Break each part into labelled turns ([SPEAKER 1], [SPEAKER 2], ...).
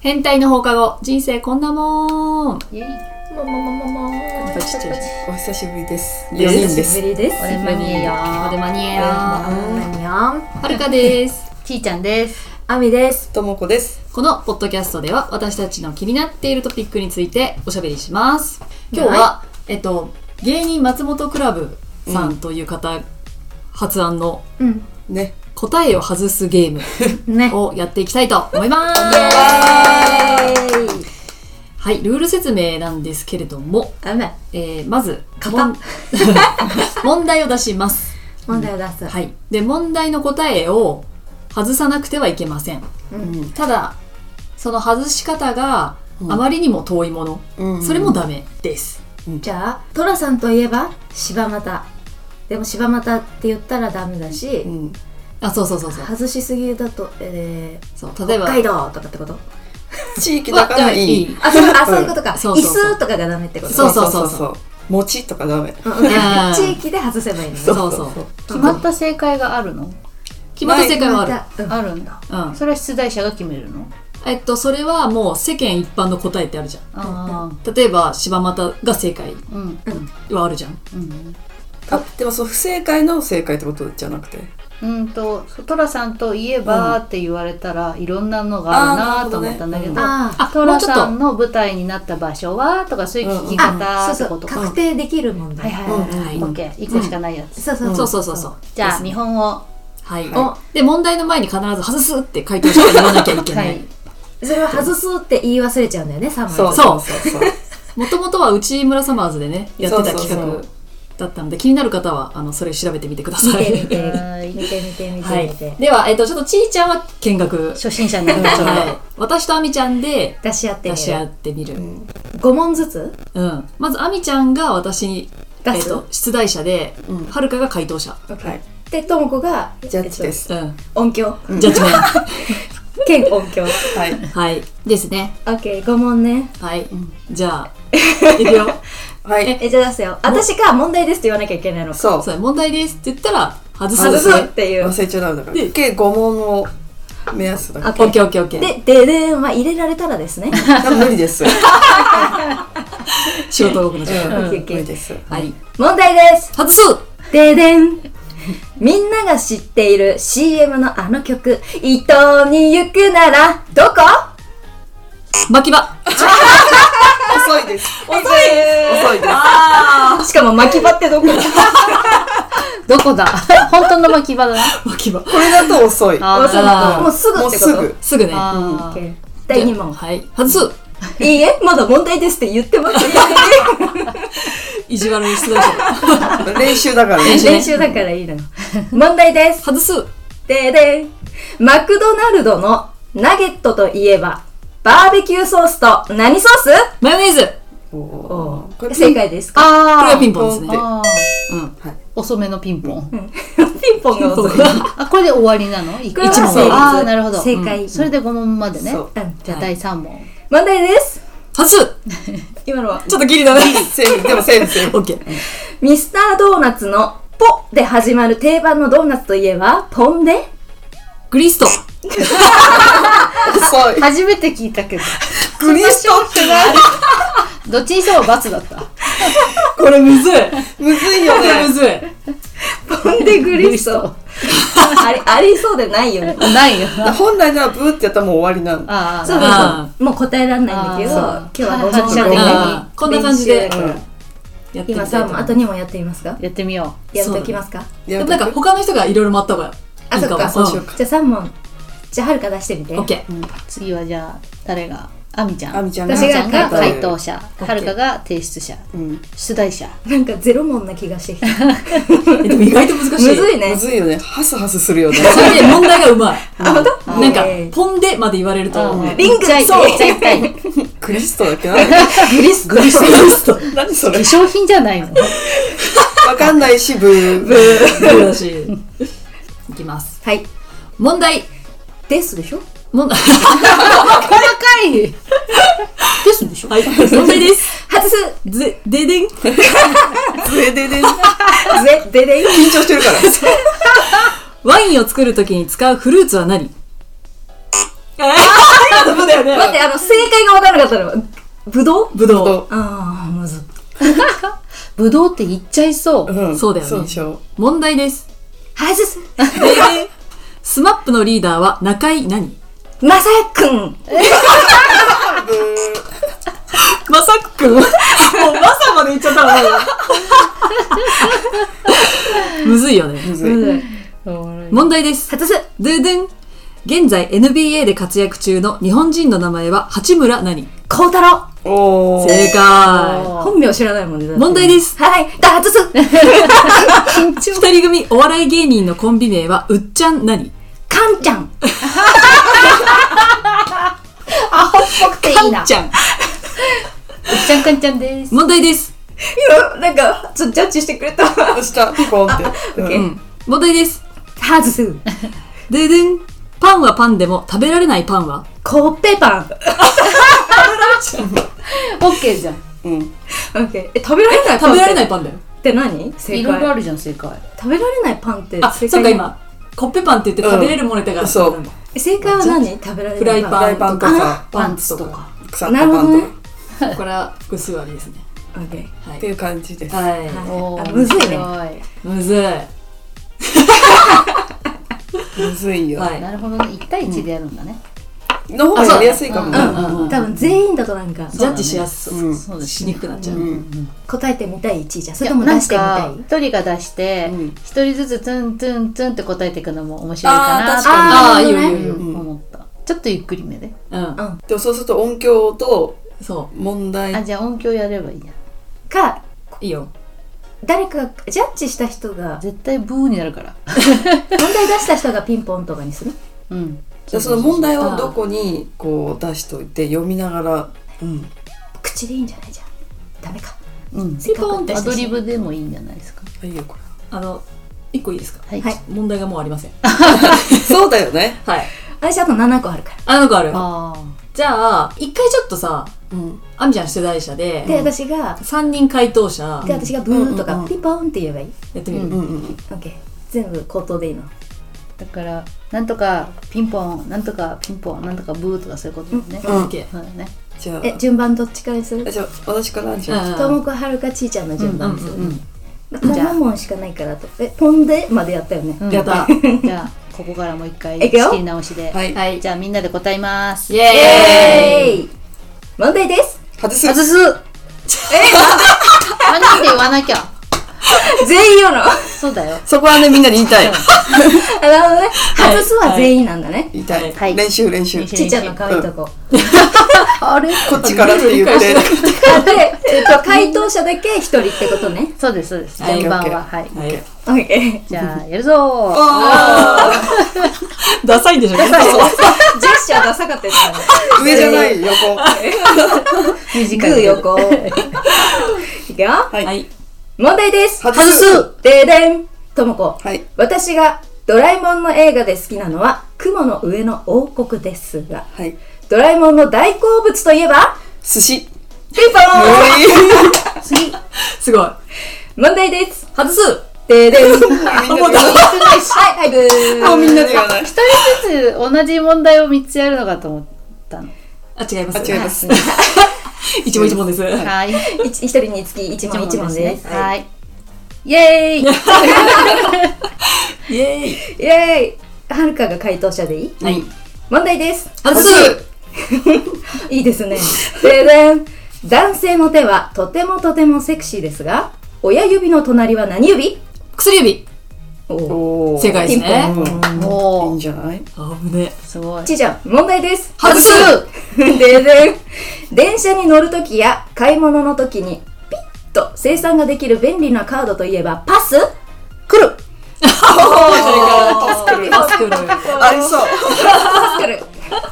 [SPEAKER 1] 変態の放課後人生こんなもん
[SPEAKER 2] イエイ
[SPEAKER 3] ももももも
[SPEAKER 4] ぱちっちゃいお久しぶりです。
[SPEAKER 1] で
[SPEAKER 4] 四
[SPEAKER 1] す
[SPEAKER 4] 人で
[SPEAKER 2] 久し
[SPEAKER 4] す。
[SPEAKER 2] ぶりです
[SPEAKER 1] 俺マニエ
[SPEAKER 2] よ
[SPEAKER 1] おでまにえや
[SPEAKER 3] 何やん
[SPEAKER 1] はるかです
[SPEAKER 2] ちーちゃんです
[SPEAKER 3] あみです
[SPEAKER 4] ともこです。
[SPEAKER 1] このポッドキャストでは私たちの気になっているトピックについておしゃべりします今日は、えっと芸人松本クラブさんという方、発案の
[SPEAKER 3] うん
[SPEAKER 4] ね。
[SPEAKER 1] 答えを外すゲーム
[SPEAKER 3] ね
[SPEAKER 1] をやっていきたいと思いますはいルール説明なんですけれども、
[SPEAKER 3] ダメ
[SPEAKER 1] えーまず問 問題を出します
[SPEAKER 3] 問題を出す、
[SPEAKER 1] はいで問題の答えを外さなくてはいけません
[SPEAKER 4] うん。
[SPEAKER 1] ただその外し方が
[SPEAKER 4] うん
[SPEAKER 1] あまりにも遠いもの、
[SPEAKER 4] うん
[SPEAKER 1] それも。ダメです、
[SPEAKER 3] じゃあトラさんといえば柴又でも柴又って言ったらダメだし、
[SPEAKER 4] うん。
[SPEAKER 1] あそうそうそうそう
[SPEAKER 3] 外しすぎだと、え
[SPEAKER 1] そう
[SPEAKER 3] ー、
[SPEAKER 1] 例え
[SPEAKER 3] 北
[SPEAKER 1] ば
[SPEAKER 3] 海道とかってこと
[SPEAKER 4] 地域だからいい。
[SPEAKER 3] あそうあそういうことか、
[SPEAKER 1] そうそうそう
[SPEAKER 3] 椅子とかがダメってこと
[SPEAKER 1] そうそうそうそう
[SPEAKER 4] う。餅とかダメ。
[SPEAKER 3] うんうん
[SPEAKER 1] うん
[SPEAKER 3] 地域で外せばいいのね
[SPEAKER 1] そうそうそう
[SPEAKER 2] 決まった正解があるの
[SPEAKER 1] 決まった正解はある、
[SPEAKER 3] またうん
[SPEAKER 2] あるんだ
[SPEAKER 1] うん、
[SPEAKER 2] それは出題者が決めるの
[SPEAKER 1] えっとそれはもう世間一般の答えってあるじゃ
[SPEAKER 2] あ
[SPEAKER 1] ん例えば柴又が正解
[SPEAKER 2] あうん
[SPEAKER 1] はあるじゃん
[SPEAKER 2] うん
[SPEAKER 4] あ、でもそう不正解の正解ってことじゃなくて。
[SPEAKER 2] うんとトラさんといえばって言われたらいろんなのがあるなと思ったんだけど
[SPEAKER 3] あ
[SPEAKER 1] あ
[SPEAKER 2] ト
[SPEAKER 1] もう
[SPEAKER 2] ラ
[SPEAKER 1] ちょっ
[SPEAKER 2] さ
[SPEAKER 1] と
[SPEAKER 2] んの舞台になった場所はとかそういう聞き
[SPEAKER 3] ーあそう
[SPEAKER 2] 方って
[SPEAKER 3] そ
[SPEAKER 2] こ
[SPEAKER 3] う
[SPEAKER 2] とか
[SPEAKER 3] 確定できる問
[SPEAKER 2] はい
[SPEAKER 3] 題、
[SPEAKER 2] はい
[SPEAKER 4] うん
[SPEAKER 2] はい
[SPEAKER 4] うん
[SPEAKER 2] オッケー一個しかないやつ
[SPEAKER 3] そうそうそう
[SPEAKER 1] そうそうそうそう
[SPEAKER 2] じゃあ見本を
[SPEAKER 1] はい、
[SPEAKER 4] は
[SPEAKER 1] で問題の前に必ず「外す」って回答して言わなきゃいけな、
[SPEAKER 2] はいい
[SPEAKER 3] それは外すって言い忘れちゃうんだよね3枚
[SPEAKER 4] そう
[SPEAKER 1] そう
[SPEAKER 4] そうそう。
[SPEAKER 1] もともとは内村サマーズでねやってた企
[SPEAKER 4] そうそ
[SPEAKER 1] 画
[SPEAKER 4] うそ
[SPEAKER 1] だったので気になる方はあのそれ調べてみてくださ
[SPEAKER 3] 見て
[SPEAKER 1] い
[SPEAKER 3] 見。て
[SPEAKER 2] はい
[SPEAKER 3] 見て見て 見
[SPEAKER 1] は
[SPEAKER 3] て
[SPEAKER 1] い
[SPEAKER 3] 見て、、
[SPEAKER 1] では、えっと、ちょっとちーちゃんは見学、
[SPEAKER 2] 初心者になる
[SPEAKER 1] はい、私とあみちゃんで
[SPEAKER 3] 出し合って
[SPEAKER 1] 出
[SPEAKER 3] み
[SPEAKER 1] し合
[SPEAKER 3] る
[SPEAKER 1] ってみる、うん
[SPEAKER 3] 5問ずつ
[SPEAKER 1] まずあみちゃんが私に、
[SPEAKER 3] 出
[SPEAKER 1] えっ
[SPEAKER 3] す、
[SPEAKER 1] と、出題者で、
[SPEAKER 4] うん
[SPEAKER 1] はるかが回答者、
[SPEAKER 4] はい。
[SPEAKER 3] でともこが
[SPEAKER 4] ジャッジで、す。
[SPEAKER 1] う
[SPEAKER 3] えっと音響
[SPEAKER 1] ん、ジャッジメント
[SPEAKER 3] 兼音響
[SPEAKER 4] はい。
[SPEAKER 1] はいですね
[SPEAKER 3] OK5 問ね
[SPEAKER 1] はい、
[SPEAKER 4] ん
[SPEAKER 1] じゃあい くよ
[SPEAKER 4] はい。
[SPEAKER 3] えじゃあ出すよ私が問題ですって言わなきゃいけないの
[SPEAKER 4] そう。
[SPEAKER 1] そう問題ですって言ったら外すん
[SPEAKER 3] 外
[SPEAKER 1] ですすね
[SPEAKER 3] っていう
[SPEAKER 4] 忘れちゃダメだから。
[SPEAKER 1] で
[SPEAKER 4] 計五問を目安だか
[SPEAKER 3] あ
[SPEAKER 1] オッケーオッケーオッケー
[SPEAKER 3] でででんは入れられたらですね
[SPEAKER 4] ら。無理 です。う
[SPEAKER 1] 仕事動くのじゃ
[SPEAKER 4] ん。
[SPEAKER 3] OK
[SPEAKER 4] 無理です。
[SPEAKER 1] はい
[SPEAKER 3] 問題です
[SPEAKER 1] 外す
[SPEAKER 3] ででんみんなが知っている CM のあの曲「伊東に行くならどこ?」
[SPEAKER 1] 巻き場
[SPEAKER 4] 遅いです。
[SPEAKER 3] 遅い
[SPEAKER 4] 遅いです。
[SPEAKER 3] しかも巻き場ってどこ
[SPEAKER 2] どこだ 本当の巻き場だな
[SPEAKER 1] 巻き場
[SPEAKER 4] これだと遅い。
[SPEAKER 2] あ
[SPEAKER 3] 遅い
[SPEAKER 1] あー
[SPEAKER 3] もうすぐ
[SPEAKER 4] も
[SPEAKER 3] っ
[SPEAKER 4] う
[SPEAKER 3] て
[SPEAKER 4] す
[SPEAKER 3] こと
[SPEAKER 4] ぐ。
[SPEAKER 1] すぐね
[SPEAKER 2] あ
[SPEAKER 3] OK 第2問
[SPEAKER 1] はい外す
[SPEAKER 3] いいえまだ問題ですって言ってますよ
[SPEAKER 1] 意地悪に出題者
[SPEAKER 4] 練習だからね。
[SPEAKER 1] 習ね
[SPEAKER 3] 練習だからいいのよ問題です
[SPEAKER 1] 外す
[SPEAKER 3] ででんマクドナルドのナゲットといえばバーベキューソースと何ソース
[SPEAKER 1] マヨネーズ
[SPEAKER 4] おーこれ
[SPEAKER 3] 正解ですか
[SPEAKER 1] これ
[SPEAKER 2] あ
[SPEAKER 1] はピンポンですね
[SPEAKER 2] あ
[SPEAKER 1] うん
[SPEAKER 2] 遅めのピンポン
[SPEAKER 3] ピンポンが遅い
[SPEAKER 2] あこれで終わりなの一
[SPEAKER 3] これは
[SPEAKER 1] 一問
[SPEAKER 3] 成立
[SPEAKER 2] ああなるほど
[SPEAKER 3] 正解、
[SPEAKER 2] うんそれで5問までね
[SPEAKER 4] そう
[SPEAKER 3] うん
[SPEAKER 2] じゃあ第3問
[SPEAKER 3] 問題です
[SPEAKER 1] 外す
[SPEAKER 3] 今のは
[SPEAKER 1] ちょっとギリだね
[SPEAKER 4] セーフでもセーフセーフ
[SPEAKER 1] オッケー
[SPEAKER 3] ミスタードーナツのポで始まる定番のドーナツといえばポンデ
[SPEAKER 1] グリスト
[SPEAKER 4] 遅い
[SPEAKER 2] 初めて聞いたけど
[SPEAKER 4] グリストってない
[SPEAKER 2] どっちにしても罰だった
[SPEAKER 1] これむずい
[SPEAKER 4] むずい
[SPEAKER 1] こ
[SPEAKER 4] よ
[SPEAKER 1] れむ
[SPEAKER 4] ね
[SPEAKER 1] ずい
[SPEAKER 3] ポンデグリストありありそうでないよね
[SPEAKER 2] ないよな
[SPEAKER 4] 本来ならブーってやったらもう終わりなの
[SPEAKER 2] あ
[SPEAKER 3] そう
[SPEAKER 2] あ
[SPEAKER 3] そう
[SPEAKER 1] あ
[SPEAKER 3] そうもう答えられないんだけど
[SPEAKER 2] あ
[SPEAKER 3] 今日は
[SPEAKER 2] は
[SPEAKER 3] 5
[SPEAKER 2] い
[SPEAKER 3] 問
[SPEAKER 2] はい
[SPEAKER 1] あーこんな感じで
[SPEAKER 3] 練習だから
[SPEAKER 1] やってみた
[SPEAKER 3] 今
[SPEAKER 1] いと
[SPEAKER 3] さ
[SPEAKER 1] 思
[SPEAKER 3] も
[SPEAKER 1] う
[SPEAKER 3] あと2問やってみますか
[SPEAKER 2] やってみよ
[SPEAKER 3] やっておきますか
[SPEAKER 4] い
[SPEAKER 1] で
[SPEAKER 4] や
[SPEAKER 1] もなんか他の人がいろいろ回った方が
[SPEAKER 3] あ
[SPEAKER 1] いい
[SPEAKER 3] そっか
[SPEAKER 1] か
[SPEAKER 4] そう
[SPEAKER 1] も
[SPEAKER 4] し
[SPEAKER 1] う
[SPEAKER 4] よ
[SPEAKER 1] ん
[SPEAKER 4] うか
[SPEAKER 3] じゃあ3問じゃあはるか出してみて
[SPEAKER 1] オッケー
[SPEAKER 2] う次はじゃあ誰があみちゃん
[SPEAKER 4] あみちゃん
[SPEAKER 2] あみちゃんが
[SPEAKER 4] 私が
[SPEAKER 2] 回答者
[SPEAKER 1] ケー
[SPEAKER 2] はるかが提出者
[SPEAKER 4] うん
[SPEAKER 2] 出題者
[SPEAKER 3] なんかゼロ問な気がしてきた。
[SPEAKER 1] えでも意外と難しい
[SPEAKER 3] むずいね
[SPEAKER 4] む。ずいよねハスハスするよね
[SPEAKER 1] それで問題がうまい
[SPEAKER 3] あ、本当
[SPEAKER 1] なんか
[SPEAKER 3] え
[SPEAKER 1] 「ポンで」まで言われると
[SPEAKER 2] ああ
[SPEAKER 3] リング
[SPEAKER 2] めっちゃい
[SPEAKER 3] そう
[SPEAKER 2] めっちゃ痛い
[SPEAKER 4] クリストだっけな
[SPEAKER 1] グリストグリスト
[SPEAKER 4] 何そ
[SPEAKER 2] 化
[SPEAKER 4] れ
[SPEAKER 2] 粧品じゃないもん。
[SPEAKER 4] わかんないしブーブー
[SPEAKER 1] そうだしいきます
[SPEAKER 3] ーはい。
[SPEAKER 1] 問題
[SPEAKER 3] ですでしょ
[SPEAKER 1] 問題
[SPEAKER 2] 細かいですでしょ
[SPEAKER 1] はい問題です
[SPEAKER 3] 外す
[SPEAKER 1] ぜででん
[SPEAKER 4] ででで緊
[SPEAKER 3] ぜ、ででい
[SPEAKER 4] 張してるから
[SPEAKER 1] ワインを作るときに使うフルーツは何ダメだよね。
[SPEAKER 3] 待って、あの、正解が分からなかったの。ぶどう
[SPEAKER 1] ぶどう。
[SPEAKER 4] と
[SPEAKER 3] ああ、むず。
[SPEAKER 2] ぶどうって言っちゃいそう。
[SPEAKER 4] うん
[SPEAKER 1] そうだよね
[SPEAKER 4] そうでしょ
[SPEAKER 1] 問題です。
[SPEAKER 3] はい、です。
[SPEAKER 1] スマップのリーダーは中井何
[SPEAKER 3] まさやくん。
[SPEAKER 1] まさっくんもうまさまで言っちゃったわ。むずいよね。
[SPEAKER 4] むずい
[SPEAKER 1] 問題です。
[SPEAKER 3] はたす。
[SPEAKER 1] ドゥドゥン。現在 NBA で活躍中の日本人の名前は八村何
[SPEAKER 3] こうたろ
[SPEAKER 4] おー
[SPEAKER 1] 正解。
[SPEAKER 3] う。本名知らないもんね。
[SPEAKER 1] 問題
[SPEAKER 3] す。
[SPEAKER 1] です。
[SPEAKER 3] はい、だ、はたす。
[SPEAKER 1] 二人組お笑い芸人のコンビ名はうっちゃん何
[SPEAKER 3] かんちゃん。
[SPEAKER 2] アホっぽくていいな。うっ
[SPEAKER 1] ちゃん。
[SPEAKER 2] ちゃんかんちゃんです。
[SPEAKER 1] 問題です。
[SPEAKER 3] 今、なんか、ちょっとジャッジしてくれた。は
[SPEAKER 4] 押したピコンってう
[SPEAKER 1] うんん。問題です。
[SPEAKER 3] ずす。
[SPEAKER 1] ドゥドゥン。パンはパンでも食べられないパンは
[SPEAKER 3] コッペパン。
[SPEAKER 2] オッケーじゃん。
[SPEAKER 4] う
[SPEAKER 3] オ
[SPEAKER 4] ん
[SPEAKER 3] ッケー。え、食べられないパン。
[SPEAKER 1] 食べられないいパンだよ。
[SPEAKER 3] って何
[SPEAKER 2] い
[SPEAKER 3] 正
[SPEAKER 2] ろいろあ
[SPEAKER 3] 解。
[SPEAKER 2] るじゃん、正解。
[SPEAKER 3] 食べられないパンって正解。
[SPEAKER 1] あ、そっか。今。コッペパンって言って食べれるものだから、
[SPEAKER 4] うんそう
[SPEAKER 3] え正解は何食べられない
[SPEAKER 1] フライパン
[SPEAKER 4] フライパンとか
[SPEAKER 1] パンツとか。
[SPEAKER 4] 腐った
[SPEAKER 3] なるほ
[SPEAKER 4] パ
[SPEAKER 3] ど
[SPEAKER 4] ン
[SPEAKER 3] ね
[SPEAKER 4] とか
[SPEAKER 1] これは複数ありですね。
[SPEAKER 3] オッケー。
[SPEAKER 1] は
[SPEAKER 4] って
[SPEAKER 1] い。
[SPEAKER 4] いう感じです
[SPEAKER 1] は
[SPEAKER 3] あむずいね
[SPEAKER 2] ね。
[SPEAKER 1] い。むずい。は
[SPEAKER 4] むずいよ
[SPEAKER 1] い。
[SPEAKER 2] なるほどね。1対1でやるんだね。
[SPEAKER 4] の方がやりやすいかもね
[SPEAKER 2] あそううんうん
[SPEAKER 3] 多分全員だとなんか
[SPEAKER 1] ジャッジしやすそうう。
[SPEAKER 4] ん
[SPEAKER 2] そうです
[SPEAKER 1] し
[SPEAKER 2] ね
[SPEAKER 1] にくくなっちゃう。
[SPEAKER 4] うん
[SPEAKER 3] 答えてみたい1位じゃんそれと
[SPEAKER 2] い
[SPEAKER 3] も
[SPEAKER 2] や
[SPEAKER 3] 出
[SPEAKER 2] なん
[SPEAKER 3] してみたい
[SPEAKER 2] か一人が出して
[SPEAKER 4] うん
[SPEAKER 2] 一人ずつトゥントゥントゥンって答えていくのも面白いかな
[SPEAKER 4] あー確
[SPEAKER 2] と
[SPEAKER 4] か
[SPEAKER 1] ああ、いいよ
[SPEAKER 3] なるほど
[SPEAKER 1] い
[SPEAKER 3] ね
[SPEAKER 1] い
[SPEAKER 2] うん
[SPEAKER 1] よ。
[SPEAKER 4] うん
[SPEAKER 2] 思ったちょっとゆっくりめで
[SPEAKER 1] うん。
[SPEAKER 4] でもそうすると音響と
[SPEAKER 1] そ
[SPEAKER 4] 問
[SPEAKER 2] あ
[SPEAKER 4] 題
[SPEAKER 2] じゃあ音響やればいいや
[SPEAKER 3] か
[SPEAKER 1] う。いいよ。
[SPEAKER 3] 誰かジャッジした人が
[SPEAKER 2] 絶対ブーになるから
[SPEAKER 3] 問題出した人がピンポンとかにする
[SPEAKER 2] うん
[SPEAKER 4] じゃあその問題をどこにこう出しといて読みながらうん
[SPEAKER 3] 口でいいんじゃないじゃんダメか
[SPEAKER 2] うん
[SPEAKER 3] ピンポンって
[SPEAKER 2] ア
[SPEAKER 3] して
[SPEAKER 2] ドリブでもいいんじゃないですか
[SPEAKER 4] いいよこ
[SPEAKER 1] あの、一個いいですか
[SPEAKER 2] はい
[SPEAKER 3] はい
[SPEAKER 1] 問題がもうありません。
[SPEAKER 4] れそうだよね
[SPEAKER 1] はい。
[SPEAKER 3] 私あと7個あるか
[SPEAKER 1] あの子ある。
[SPEAKER 2] あ
[SPEAKER 1] じゃあ、一回ちょっとさ、
[SPEAKER 4] うん
[SPEAKER 1] アミちゃん出題者で
[SPEAKER 3] ら、で私が
[SPEAKER 1] 3人回答者
[SPEAKER 3] で
[SPEAKER 1] や
[SPEAKER 3] 私がブーと
[SPEAKER 4] うんうん
[SPEAKER 3] か
[SPEAKER 4] うん
[SPEAKER 3] ピンポンって言えばいい
[SPEAKER 1] ってみる。
[SPEAKER 4] うんうん
[SPEAKER 3] オッケー全部口頭でいいの
[SPEAKER 2] ーだからなんとかピンポンなんとかピンポンなんとかブーとかそういうことだよね
[SPEAKER 4] うん
[SPEAKER 1] オッケー
[SPEAKER 2] そうだね
[SPEAKER 4] じゃ
[SPEAKER 3] え
[SPEAKER 4] あ
[SPEAKER 3] 順番どっちからにする
[SPEAKER 4] じゃあ私からじゃあ
[SPEAKER 3] と
[SPEAKER 1] う
[SPEAKER 3] もこはるかちーちゃんの順番にする
[SPEAKER 1] うんうん
[SPEAKER 3] もうももんしかないからとえポンでまでやったよね
[SPEAKER 2] うん
[SPEAKER 1] ん。やった。
[SPEAKER 2] じゃあここからもう一回
[SPEAKER 3] いくよ
[SPEAKER 2] 仕切り直しで
[SPEAKER 4] はい
[SPEAKER 1] はい。
[SPEAKER 2] じゃあみんなで答えます
[SPEAKER 1] イ
[SPEAKER 3] イ
[SPEAKER 1] エーイ
[SPEAKER 3] エーイ問題です
[SPEAKER 4] 外す
[SPEAKER 2] 外すえ なんで言わなきゃ
[SPEAKER 3] 全員よのあ
[SPEAKER 2] そうだよ
[SPEAKER 4] そこはねみんなで言いたい
[SPEAKER 3] なるほどね外すは全員なんだね
[SPEAKER 4] 言いた
[SPEAKER 1] はい
[SPEAKER 4] い練習練習
[SPEAKER 2] 練習
[SPEAKER 3] ちーちゃんの可愛いとこ。
[SPEAKER 2] あれ
[SPEAKER 4] こっちからと言って
[SPEAKER 3] あで、えっと、回答者だけ一人ってことね。
[SPEAKER 2] そうですそうです
[SPEAKER 1] はい
[SPEAKER 2] 順番は
[SPEAKER 4] オッ
[SPEAKER 2] はい
[SPEAKER 1] はい。
[SPEAKER 3] オッケ
[SPEAKER 2] じゃあやるぞー
[SPEAKER 4] あ
[SPEAKER 1] ダサいんでしょダサい。
[SPEAKER 3] ー。ジェスチャーダサかったやつだね。
[SPEAKER 4] ー上じゃない横
[SPEAKER 2] ミュージ
[SPEAKER 3] グ
[SPEAKER 2] カル
[SPEAKER 3] ー
[SPEAKER 2] で
[SPEAKER 3] 横。いくよ。
[SPEAKER 4] はい
[SPEAKER 1] はい。
[SPEAKER 3] 問題です。
[SPEAKER 4] 外す
[SPEAKER 3] ででん。ともこ。
[SPEAKER 4] はい
[SPEAKER 3] 私がドラえもんの映画で好きなのは、雲の上の王国ですが、
[SPEAKER 4] はい
[SPEAKER 3] ドラえもんの大好物といえば、
[SPEAKER 4] 寿司
[SPEAKER 3] ピンポーン
[SPEAKER 2] 次
[SPEAKER 1] すごい。
[SPEAKER 3] 問題です。
[SPEAKER 1] 外す
[SPEAKER 3] ででん。
[SPEAKER 4] みんなで言わない
[SPEAKER 3] はい、はい、ブー。
[SPEAKER 4] もうみんなで言わない
[SPEAKER 2] 一人ずつ同じ問題を三つやるのかと思ったの
[SPEAKER 1] あ、違います。
[SPEAKER 4] あ違います
[SPEAKER 1] 一問一問です。は
[SPEAKER 2] はい
[SPEAKER 3] 一一人につき一問一問です。
[SPEAKER 2] はいはいイエーイ
[SPEAKER 1] い。イエーイ。
[SPEAKER 3] イエーイはるかが回答者でいい
[SPEAKER 1] はい。
[SPEAKER 3] 問題です
[SPEAKER 1] 外す
[SPEAKER 3] いいですね。ででん男性の手はとてもとてもセクシーですが、親指の隣は何指
[SPEAKER 1] 薬指。
[SPEAKER 3] お
[SPEAKER 4] おー
[SPEAKER 1] 正解ですね。
[SPEAKER 4] いい
[SPEAKER 2] お
[SPEAKER 4] ん
[SPEAKER 2] ー
[SPEAKER 4] じゃない
[SPEAKER 1] あぶね。
[SPEAKER 2] すごい
[SPEAKER 3] ちーちゃん、問題です。
[SPEAKER 1] 外す
[SPEAKER 3] ででん電車に乗るときや買い物のときにピッと生産ができる便利なカードといえばパス来る
[SPEAKER 4] 助かる
[SPEAKER 1] マスクの上
[SPEAKER 4] ありそう
[SPEAKER 3] パス来る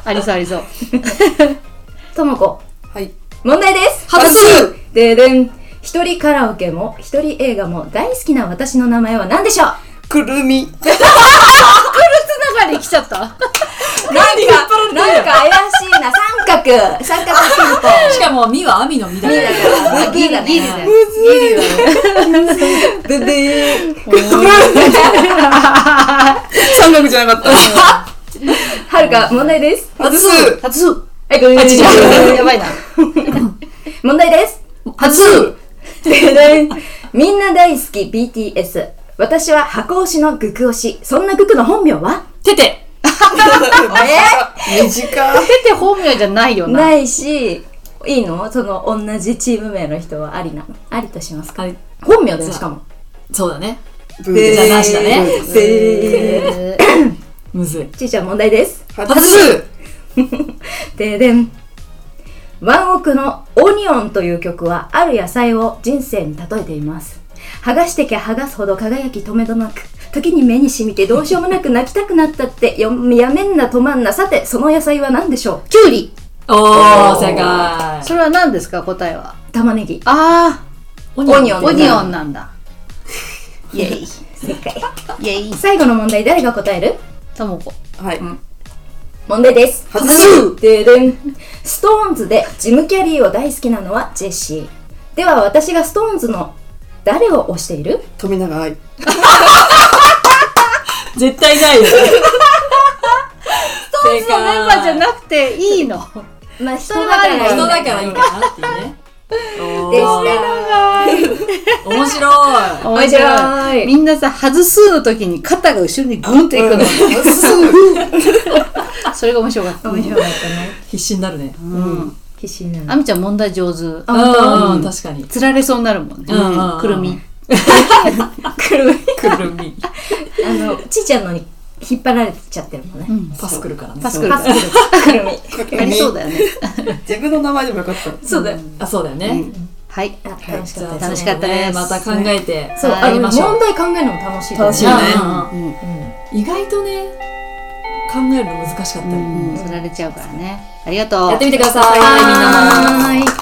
[SPEAKER 2] ありそうありそう
[SPEAKER 3] ともこ、
[SPEAKER 4] はい
[SPEAKER 3] 問題です
[SPEAKER 1] 外す
[SPEAKER 3] ででん一人カラオケも一人映画も大好きな私の名前は何でしょう
[SPEAKER 4] くるみ
[SPEAKER 2] つながり来ちゃった
[SPEAKER 1] 何が引っ張られて
[SPEAKER 3] なんか怪しいな三角三角ピンポン
[SPEAKER 1] るしかも、みは網のみだね。
[SPEAKER 3] ギリだ
[SPEAKER 2] ギリ
[SPEAKER 3] ね
[SPEAKER 2] だよ
[SPEAKER 3] ブブー
[SPEAKER 4] 三角じゃなかった
[SPEAKER 3] はるか、問題です。
[SPEAKER 4] 外す
[SPEAKER 2] 外す
[SPEAKER 3] え
[SPEAKER 1] あちち
[SPEAKER 2] やばいな。
[SPEAKER 3] 問題です。
[SPEAKER 1] 初
[SPEAKER 3] ででみんな大好き BTS。私は箱推しのグク推し。そんなグクの本名は
[SPEAKER 1] てて
[SPEAKER 4] 短い
[SPEAKER 2] 出て本名じゃないよな。
[SPEAKER 3] ないし、いいのその同じチーム名の人はありなの。ありとしますか
[SPEAKER 1] あり
[SPEAKER 3] 本名です、しかも。
[SPEAKER 1] そうだね
[SPEAKER 4] ブーで
[SPEAKER 1] じゃあなしだね
[SPEAKER 4] ブーです
[SPEAKER 2] えー
[SPEAKER 1] むずい
[SPEAKER 3] ちーちゃん問題です。
[SPEAKER 4] 外す
[SPEAKER 3] ででん。ワンオクのオニオンという曲は、ある野菜を人生に例えています。剥がしてきゃ剥がすほど輝き止めどなく、時に目に染みてどうしようもなく泣きたくなったって、よやめんな止まんな。さて、その野菜は何でしょ
[SPEAKER 2] キュウリ。
[SPEAKER 1] おー正解
[SPEAKER 2] それは何ですか答えは。
[SPEAKER 3] う玉ねぎ。
[SPEAKER 2] あ
[SPEAKER 1] オ
[SPEAKER 3] ニオン
[SPEAKER 2] あ、オニオンなんだ。イ ェイ。
[SPEAKER 3] 正解。
[SPEAKER 2] イェイ。
[SPEAKER 3] 最後の問題、誰が答える
[SPEAKER 2] ともこ。
[SPEAKER 4] はい
[SPEAKER 3] 問題です。
[SPEAKER 4] 外す
[SPEAKER 3] ででん。ストーンズでジム・キャリーを大好きなのはジェシー。では、私がストーンズの誰を推している
[SPEAKER 4] 富永愛
[SPEAKER 1] 絶対ないよ正
[SPEAKER 2] メン
[SPEAKER 1] 解
[SPEAKER 2] バーじゃなくていいの。
[SPEAKER 3] まあ、人
[SPEAKER 2] だからいい
[SPEAKER 1] 人
[SPEAKER 2] の
[SPEAKER 1] だからいいかなっていうねお
[SPEAKER 3] でし
[SPEAKER 1] ー面白い
[SPEAKER 3] 面白い
[SPEAKER 2] みんなさ、外すの時に肩が後ろにグンっていくの。 それが面白かった。
[SPEAKER 3] 面白かったね。
[SPEAKER 1] 必死になるね
[SPEAKER 2] うん。
[SPEAKER 3] 必死にな
[SPEAKER 2] あ
[SPEAKER 3] る。
[SPEAKER 2] みちゃん問題上手。
[SPEAKER 1] う
[SPEAKER 3] あ本当
[SPEAKER 1] んうん確かに
[SPEAKER 2] 釣られそうになるもんね。
[SPEAKER 1] うん
[SPEAKER 2] くるみ。
[SPEAKER 3] くる
[SPEAKER 1] くるみ
[SPEAKER 3] あの、ちーちゃんのに引っ張られちゃってるもんね。
[SPEAKER 1] パスくるからね
[SPEAKER 2] パスクル
[SPEAKER 3] パ。スくるみ。
[SPEAKER 2] ありそうだよね。
[SPEAKER 4] 自分の名前でもよかった
[SPEAKER 3] そうだよ。
[SPEAKER 1] あそうだよね
[SPEAKER 2] はい。
[SPEAKER 3] あ、楽し
[SPEAKER 1] じ
[SPEAKER 3] か
[SPEAKER 1] ゃ
[SPEAKER 3] っ
[SPEAKER 1] あ
[SPEAKER 3] た
[SPEAKER 2] はい楽しかったです
[SPEAKER 1] また考えて
[SPEAKER 3] そう、あ
[SPEAKER 1] やり
[SPEAKER 3] の、
[SPEAKER 1] ましょう
[SPEAKER 3] 問題考えるのも楽しいと思う。
[SPEAKER 4] 楽しいね
[SPEAKER 1] うん
[SPEAKER 2] うん。
[SPEAKER 1] 意外とね考えるの難しかったり
[SPEAKER 2] うん。釣られちゃうからね。ありがとう。
[SPEAKER 1] やってみてくださいみんなも
[SPEAKER 3] はーい。